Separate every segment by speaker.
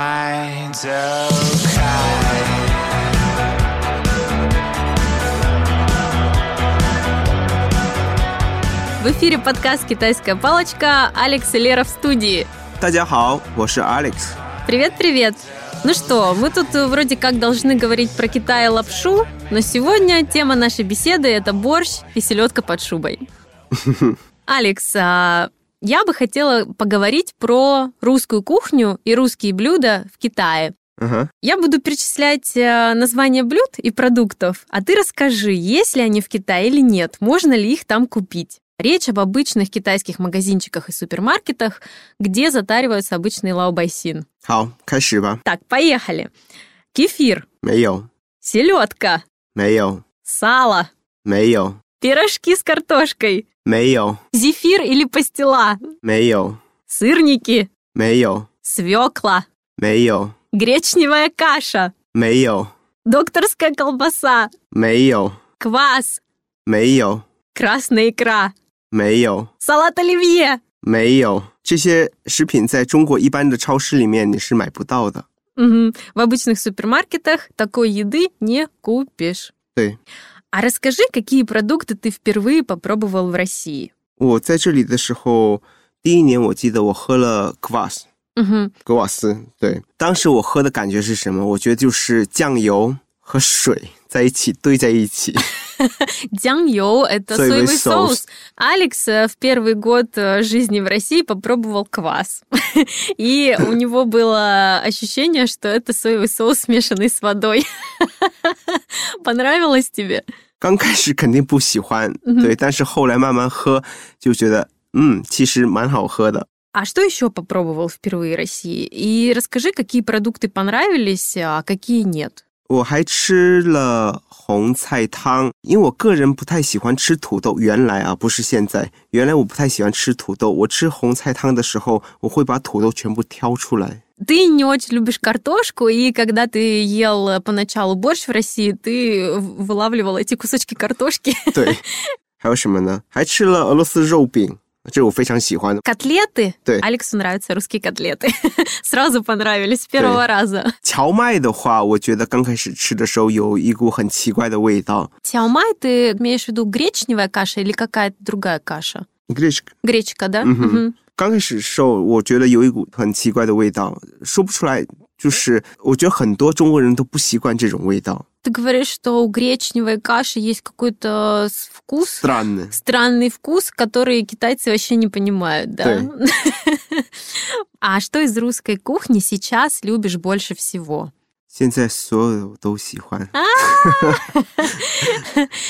Speaker 1: quite okay.
Speaker 2: В эфире подкаст «Китайская палочка» Алекс и Лера в студии.
Speaker 3: 大家好，我是 Alex。
Speaker 2: Привет-привет! Ну что, мы тут э, вроде как должны говорить про Китай и лапшу, но сегодня тема нашей беседы – это борщ и селедка под шубой. Алекс, а, я бы хотела поговорить про русскую кухню и русские блюда в Китае.
Speaker 3: Ага.
Speaker 2: Я буду перечислять э, названия блюд и продуктов, а ты расскажи, есть ли они в Китае или нет, можно ли их там купить. Речь об обычных китайских магазинчиках и супермаркетах, где затариваются обычный лаобайсин.
Speaker 3: 好，开始吧。
Speaker 2: Так, поехали. Кефир,
Speaker 3: 没有，
Speaker 2: селедка,
Speaker 3: 没有，
Speaker 2: сало,
Speaker 3: 没有，
Speaker 2: пирожки с картошкой,
Speaker 3: 没有，
Speaker 2: зефир или пастила,
Speaker 3: 没有，
Speaker 2: сырники,
Speaker 3: 没有，
Speaker 2: свекла,
Speaker 3: 没有，
Speaker 2: гречневая каша,
Speaker 3: 没有，
Speaker 2: докторская колбаса,
Speaker 3: 没有，
Speaker 2: квас,
Speaker 3: 没有，
Speaker 2: красная икра,
Speaker 3: 没有，
Speaker 2: салат оливье.
Speaker 3: 没有。这些食品在中国一般的超市里面你是买不到的。
Speaker 2: Мгм. В обычных супермаркетах такой еды не купишь.
Speaker 3: Ты.
Speaker 2: А расскажи, какие продукты ты впервые попробовал в России?
Speaker 3: 我在这里的时候，第一年我记得我喝了 Kvas
Speaker 2: Мгм.
Speaker 3: 格瓦斯，对，当时我喝的感觉是什么？我觉得就是酱油和水在一起兑在一起。
Speaker 2: Дзяньоу – это соевый,
Speaker 3: Соевый
Speaker 2: соус.
Speaker 3: соус.
Speaker 2: Алекс э, в первый год э, жизни в России попробовал квас. И у него было ощущение, что это соевый соус, смешанный с водой. Понравилось тебе?
Speaker 3: 刚开始肯定不喜欢，
Speaker 2: 嗯哼
Speaker 3: 对，但是后来慢慢喝就觉得，嗯，其实蛮好喝的。
Speaker 2: А что еще попробовал впервые в России? И расскажи, какие продукты понравились, а какие нет.
Speaker 3: 我还吃了红菜汤，因为我个人不太喜欢吃土豆。原来啊，不是现在，原来我不太喜欢吃土豆。我吃红菜汤的时候，我会把土豆全部挑出来。
Speaker 2: Ты не очень любишь картошку, и когда ты ел э, поначалу борщ в России, ты в- вылавливал эти кусочки картошки.
Speaker 3: 对，还有什么呢？还吃了俄罗斯肉饼，这我非常喜欢。
Speaker 2: Котлеты.
Speaker 3: Да.
Speaker 2: Алексу нравятся русские котлеты. Сразу понравились с первого
Speaker 3: Да.
Speaker 2: раза.
Speaker 3: 荞麦的话，我觉得刚开始吃的时候有一股很奇怪的味道。
Speaker 2: Тяомай, ты имеешь в виду гречневая каша или какая-то другая каша?
Speaker 3: English
Speaker 2: Гречка, да?
Speaker 3: Мгм.
Speaker 2: Мгм.
Speaker 3: 刚开始时候，我觉得有一股很奇怪的味道，说不出来。就是我觉得很多中国人都不习惯这种味道。
Speaker 2: Ты говоришь, что у гречневой каши есть какой-то с- вкус,
Speaker 3: странно，
Speaker 2: странный вкус, который китайцы вообще не понимают, да? А что из русской кухни сейчас любишь больше всего?
Speaker 3: 现在所有的我都喜欢。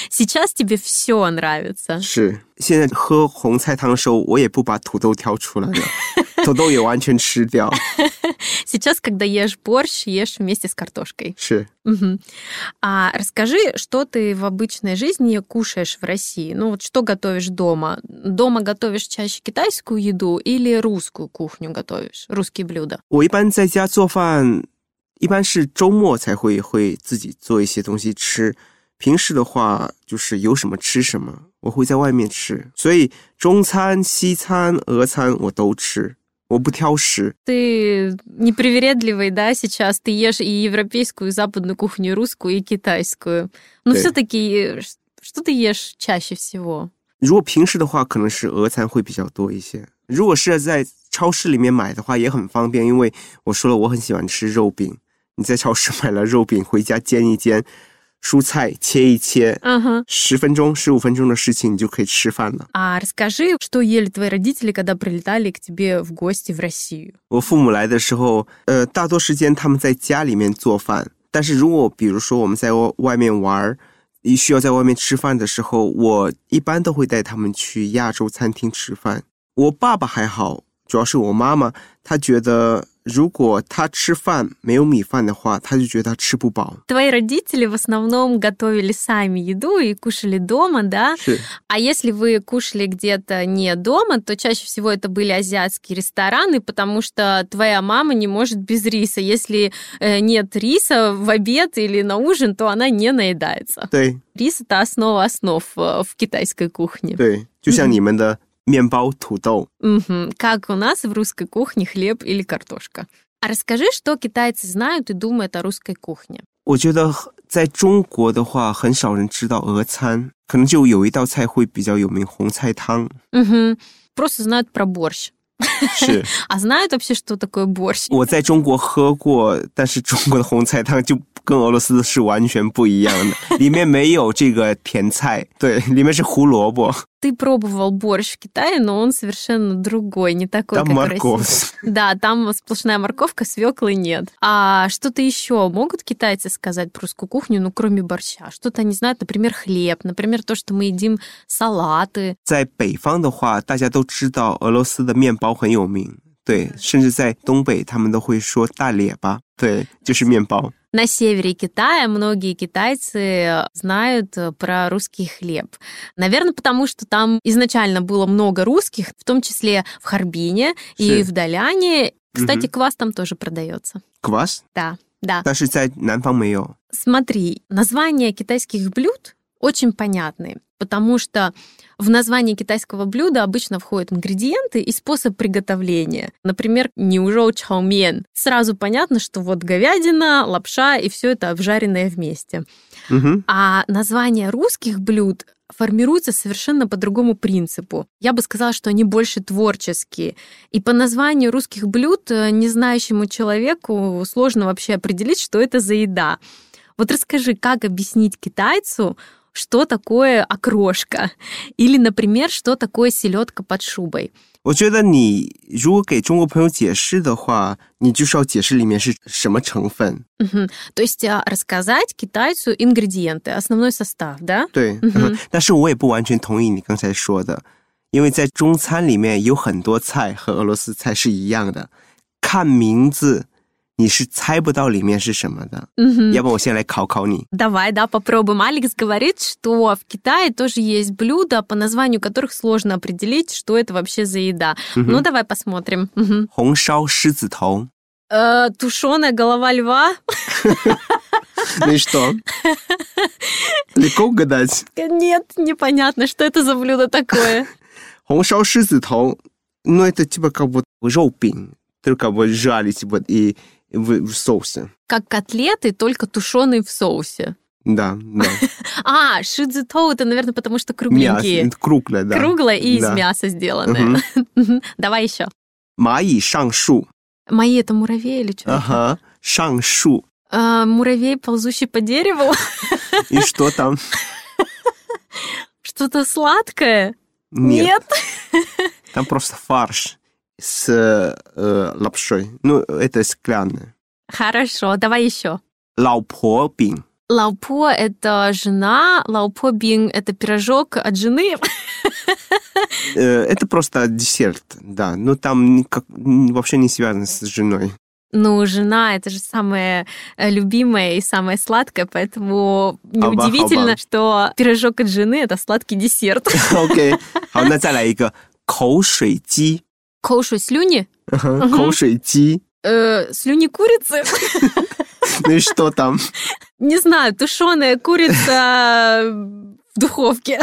Speaker 2: Сейчас тебе все нравится.
Speaker 3: 是，现在喝红菜汤的时候，我也不把土豆挑出来了，土豆也完全吃掉。
Speaker 2: Сейчас, когда ешь борщ, ешь вместе с картошкой.
Speaker 3: 是
Speaker 2: Мгм. А расскажи, что ты в обычной жизни кушаешь в России? Ну вот что готовишь дома? Дома готовишь чаще китайскую еду или русскую кухню готовишь? Русские блюда?
Speaker 3: 我一般在家做饭，一般是周末才会会自己做一些东西吃。平时的话，就是有什么吃什么，我会在外面吃。所以中餐、西餐、俄餐我都吃，我不挑食。
Speaker 2: Ты непривередливый, да, сейчас? Ты ешь и европейскую, и западную кухню, и русскую, и китайскую. Ну, Но
Speaker 3: Да.
Speaker 2: все-таки что ты ешь чаще всего?
Speaker 3: 如果平时的话，可能是俄餐会比较多一些。如果是在超市里面买的话，也很方便，因为我说了我很喜欢吃肉饼。你在超市买了肉饼，回家煎一煎，蔬菜切一切，
Speaker 2: Ага.
Speaker 3: 十分钟、十五分钟的事情，你就可以吃饭了。
Speaker 2: А расскажи, что ели твои родители, когда прилетали к тебе в гости в Россию?
Speaker 3: 我父母来的时候，呃，大多时间他们在家里面做饭，但是如果比如说我们在外外面玩儿，你需要在外面吃饭的时候，我一般都会带他们去亚洲餐厅吃饭。我爸爸还好，主要是我妈妈，她觉得如果她吃饭没有米饭的话，她就觉得她吃不饱。
Speaker 2: Твои родители в основном готовили сами еду и кушали дома, да?
Speaker 3: 是
Speaker 2: А если вы кушали где-то не дома, то чаще всего это были азиатские рестораны, потому что твоя мама не может без риса. Если э, нет риса в обед или на ужин, то она не наедается.
Speaker 3: 对
Speaker 2: Рис это основа основ э, в китайской кухне.
Speaker 3: 对，就像你们的面包、土豆，
Speaker 2: Мгм. Как у нас в русской кухне хлеб или картошка. А расскажи, что китайцы знают и думают о русской кухне.
Speaker 3: 我觉得在中国的话，很少人知道俄餐，可能就有一道菜会比较有名，红菜汤
Speaker 2: Мгм. Просто знают про борщ.
Speaker 3: 是。
Speaker 2: А знают вообще, что такое борщ?
Speaker 3: 我在中国喝过，但是中国的红菜汤就跟俄罗斯的是完全不一样的，里面没有这个甜菜，对，里面是胡萝卜、
Speaker 2: Ты пробовал борщ в Китае, но он совершенно другой, не такой,
Speaker 3: 当
Speaker 2: как в
Speaker 3: 马
Speaker 2: России.
Speaker 3: 果
Speaker 2: Да, там сплошная морковка, свеклы нет. А что-то еще могут китайцы сказать про русскую кухню, ну, кроме борща? Что-то они знают, например, хлеб, например, то, что мы едим салаты.
Speaker 3: 在北方的话，大家都知道俄罗斯的面包很有名，对，甚至在东北他们都会说大列巴，对，就是面包。
Speaker 2: На севере Китая многие китайцы знают э, про русский хлеб. Наверное, потому что там изначально было много русских, в том числе в Харбине и
Speaker 3: Ши.
Speaker 2: в Даляне. Кстати,
Speaker 3: Мгм.
Speaker 2: квас там тоже продается.
Speaker 3: kvass，
Speaker 2: Да, да.
Speaker 3: 但是在南方没有。
Speaker 2: Смотри, названия китайских блюд очень понятны, потому что в название китайского блюда обычно входят ингредиенты и способ приготовления. Например, ниужоу чаомен. Сразу понятно, что вот говядина, лапша и все это обжаренное вместе.
Speaker 3: 嗯哼，
Speaker 2: А названия русских блюд формируются совершенно по другому принципу. Я бы сказала, что они больше творческие. И по названию русских блюд э, незнающему человеку сложно вообще определить, что это за еда. Вот расскажи, как объяснить китайцу, что такое окрошка? Или, например, что такое селедка под шубой?
Speaker 3: 我觉得你如果给中国朋友解释的话，你就是要解释里面是什么成分。
Speaker 2: Мгм. То есть а, рассказать китайцу ингредиенты, основной состав, да?
Speaker 3: 对，
Speaker 2: 嗯哼
Speaker 3: 但是我也不完全同意你刚才说的，因为在中餐里面有很多菜和俄罗斯菜是一样的，看名字你是猜不到里面是什么的。
Speaker 2: Мгм.
Speaker 3: 要不我先来考考你，
Speaker 2: Давай, да, попробуем. Алекс говорит, что в Китае тоже есть блюда, по названию которых сложно определить, что это вообще за еда. Ну, давай посмотрим. Мгм.
Speaker 3: 嗯红烧狮子 头，
Speaker 2: Э, тушеная голова льва?
Speaker 3: 你说， 你够个蛋。
Speaker 2: Э, Нет, непонятно, что это за блюдо такое.
Speaker 3: 红烧狮子头，типа 那的基本搞不肉饼，都搞不热的基本一不 sauce，
Speaker 2: Как котлеты, только тушеные в соусе.
Speaker 3: 那那
Speaker 2: А, шидзитоу, это, наверное, потому что
Speaker 3: 面
Speaker 2: кругленькие.
Speaker 3: ，crook 来的
Speaker 2: Круглое и из
Speaker 3: Да.
Speaker 2: мяса сделанное. Мгм. Давай еще.
Speaker 3: 蚂蚁上树，
Speaker 2: Мои это муравей или что?
Speaker 3: 啊哈，上树，
Speaker 2: Э, Муравей, ползущий по дереву.
Speaker 3: 你说当
Speaker 2: Что-то сладкое.
Speaker 3: 面 там просто фарш с э лапшой, ну это склянное，
Speaker 2: Хорошо, давай еще.
Speaker 3: 老婆饼，
Speaker 2: Лаупо — это жена, лаупо бин — это пирожок от жены.
Speaker 3: 呃，это Э, просто десерт, да, но там никак вообще не связано с женой.
Speaker 2: Ну, жена — это же самое э, любимое и самое сладкое, поэтому неудивительно,
Speaker 3: Обах-обах.
Speaker 2: что пирожок от жены — это сладкий десерт.
Speaker 3: OK，好，那再来一个口水鸡，
Speaker 2: Кошу слюни?
Speaker 3: 嗯哼口水鸡。
Speaker 2: Э, слюни курицы?
Speaker 3: Ну и что там?
Speaker 2: Не знаю, тушеная курица э, в духовке.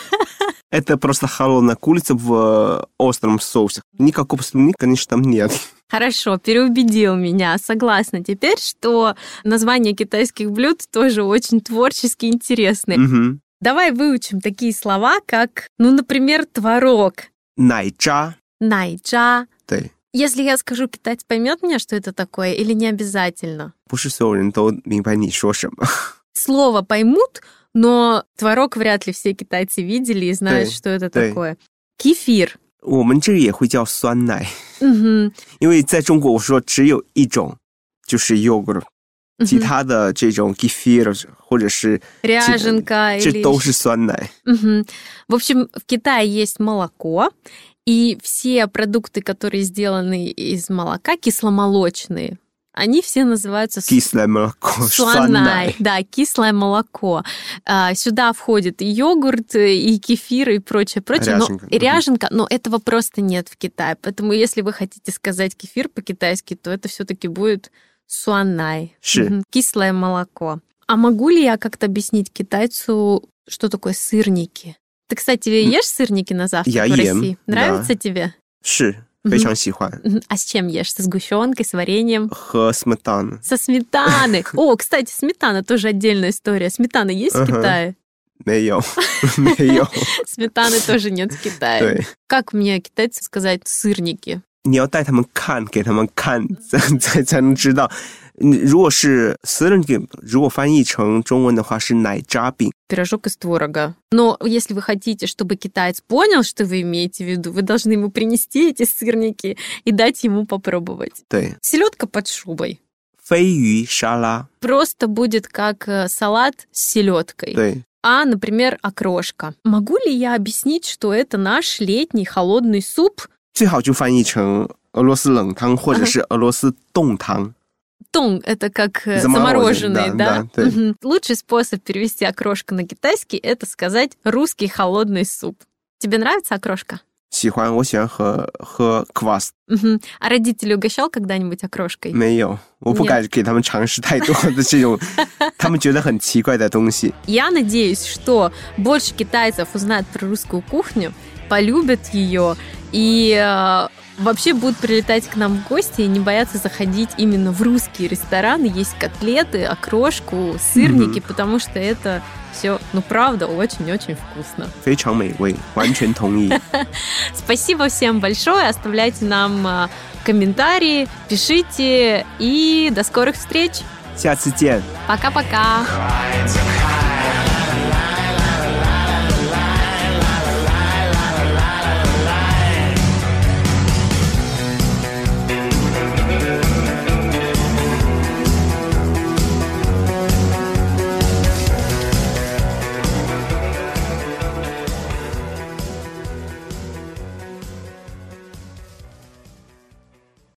Speaker 3: Это просто холодная курица в э, остром соусе. Никакого слюни, конечно, там нет.
Speaker 2: Хорошо, переубедил меня. Согласна теперь, что названия китайских блюд тоже очень творчески интересны.
Speaker 3: Мгм.
Speaker 2: Давай выучим такие слова, как, ну, например, творог,
Speaker 3: 奶渣，
Speaker 2: найджа.
Speaker 3: 对，
Speaker 2: Если я скажу, китаец поймет меня, что это такое, или не обязательно?
Speaker 3: 不是所有人都明白你说 什么。
Speaker 2: Слово поймут, но творог вряд ли все китайцы видели и знают,
Speaker 3: Да,
Speaker 2: что это
Speaker 3: да.
Speaker 2: такое. Кефир.
Speaker 3: 我们这也会叫酸奶，
Speaker 2: Мгм,
Speaker 3: 因为在中国我说只有一种，就是 yogurt，
Speaker 2: мгм.
Speaker 3: 其他的这种 kefir 或者是
Speaker 2: Ряженка.
Speaker 3: 这
Speaker 2: или
Speaker 3: 都是酸奶。
Speaker 2: Мгм. В общем, в Китае есть молоко, и все продукты, которые сделаны из молока, кисломолочные, они все называются с-
Speaker 3: kissle milk 酸
Speaker 2: суанай.
Speaker 3: 奶，
Speaker 2: Да, кислое молоко. А, Сюда входит и йогурт, э, и кефир, и прочее, прочее. Но-
Speaker 3: Ряженка.
Speaker 2: и ряженка, но этого просто нет в Китае. Поэтому если вы хотите сказать кефир по-китайски, то это все-таки будет суанай.
Speaker 3: Ши.
Speaker 2: Мгм. Кислое молоко. А могу ли я как-то объяснить китайцу, что такое сырники? Ты, кстати, ешь сырники на завтрак
Speaker 3: Я
Speaker 2: в
Speaker 3: ем,
Speaker 2: России?
Speaker 3: да.
Speaker 2: Нравится тебе?
Speaker 3: 是非常喜欢，
Speaker 2: Мгм. А с чем ешь? Со сгущенкой, с вареньем?
Speaker 3: 和 сметана
Speaker 2: Со сметаной. О, кстати, сметана тоже отдельная история. Сметана есть в
Speaker 3: Ага.
Speaker 2: Китае?
Speaker 3: 没 有没有，
Speaker 2: Сметаны тоже нет в Китае.
Speaker 3: 对，
Speaker 2: Как мне китайцы сказать сырники?
Speaker 3: 你要带他们看，给他们看， 才才才能知道。你如果是 s e r n g 如果翻译成中文的话是奶渣饼，
Speaker 2: Пирожок из творога. Но если вы хотите, чтобы китаец понял, что вы имеете в виду, вы должны ему принести эти сырники и дать ему попробовать.
Speaker 3: 对，
Speaker 2: Селедка под шубой.
Speaker 3: 飞鱼沙拉，
Speaker 2: Просто будет как э, салат с селедкой.
Speaker 3: 对，
Speaker 2: а, например, окрошка. Могу ли я объяснить, что это наш летний холодный суп
Speaker 3: 最好就翻译成俄罗斯冷汤或者是俄罗斯冻汤。
Speaker 2: тон? Это как э, замороженный,
Speaker 3: Замороженный,
Speaker 2: да?
Speaker 3: да, да, да.
Speaker 2: Мгм. Лучший способ перевести окрошка на китайский – это сказать русский холодный суп. Тебе нравится окрошка?
Speaker 3: 喜欢，我喜欢喝喝 kvass，
Speaker 2: Мгм. А родители угощал когда-нибудь окрошкой?
Speaker 3: 没有，我不敢给他们尝试太多的这种他们觉得很奇怪的东西。
Speaker 2: Я надеюсь, что больше китайцев узнают про русскую кухню, полюбят ее и э, вообще будут прилетать к нам в гости и не боятся заходить именно в русские рестораны, есть котлеты, окрошку, сырники, потому что это все, ну правда, очень-очень вкусно.
Speaker 3: 非常美味，完全同意。
Speaker 2: Спасибо всем большое, оставляйте нам э, комментарии, пишите и до скорых встреч.
Speaker 3: 下次见。
Speaker 2: Пока-пока.
Speaker 1: Kinds of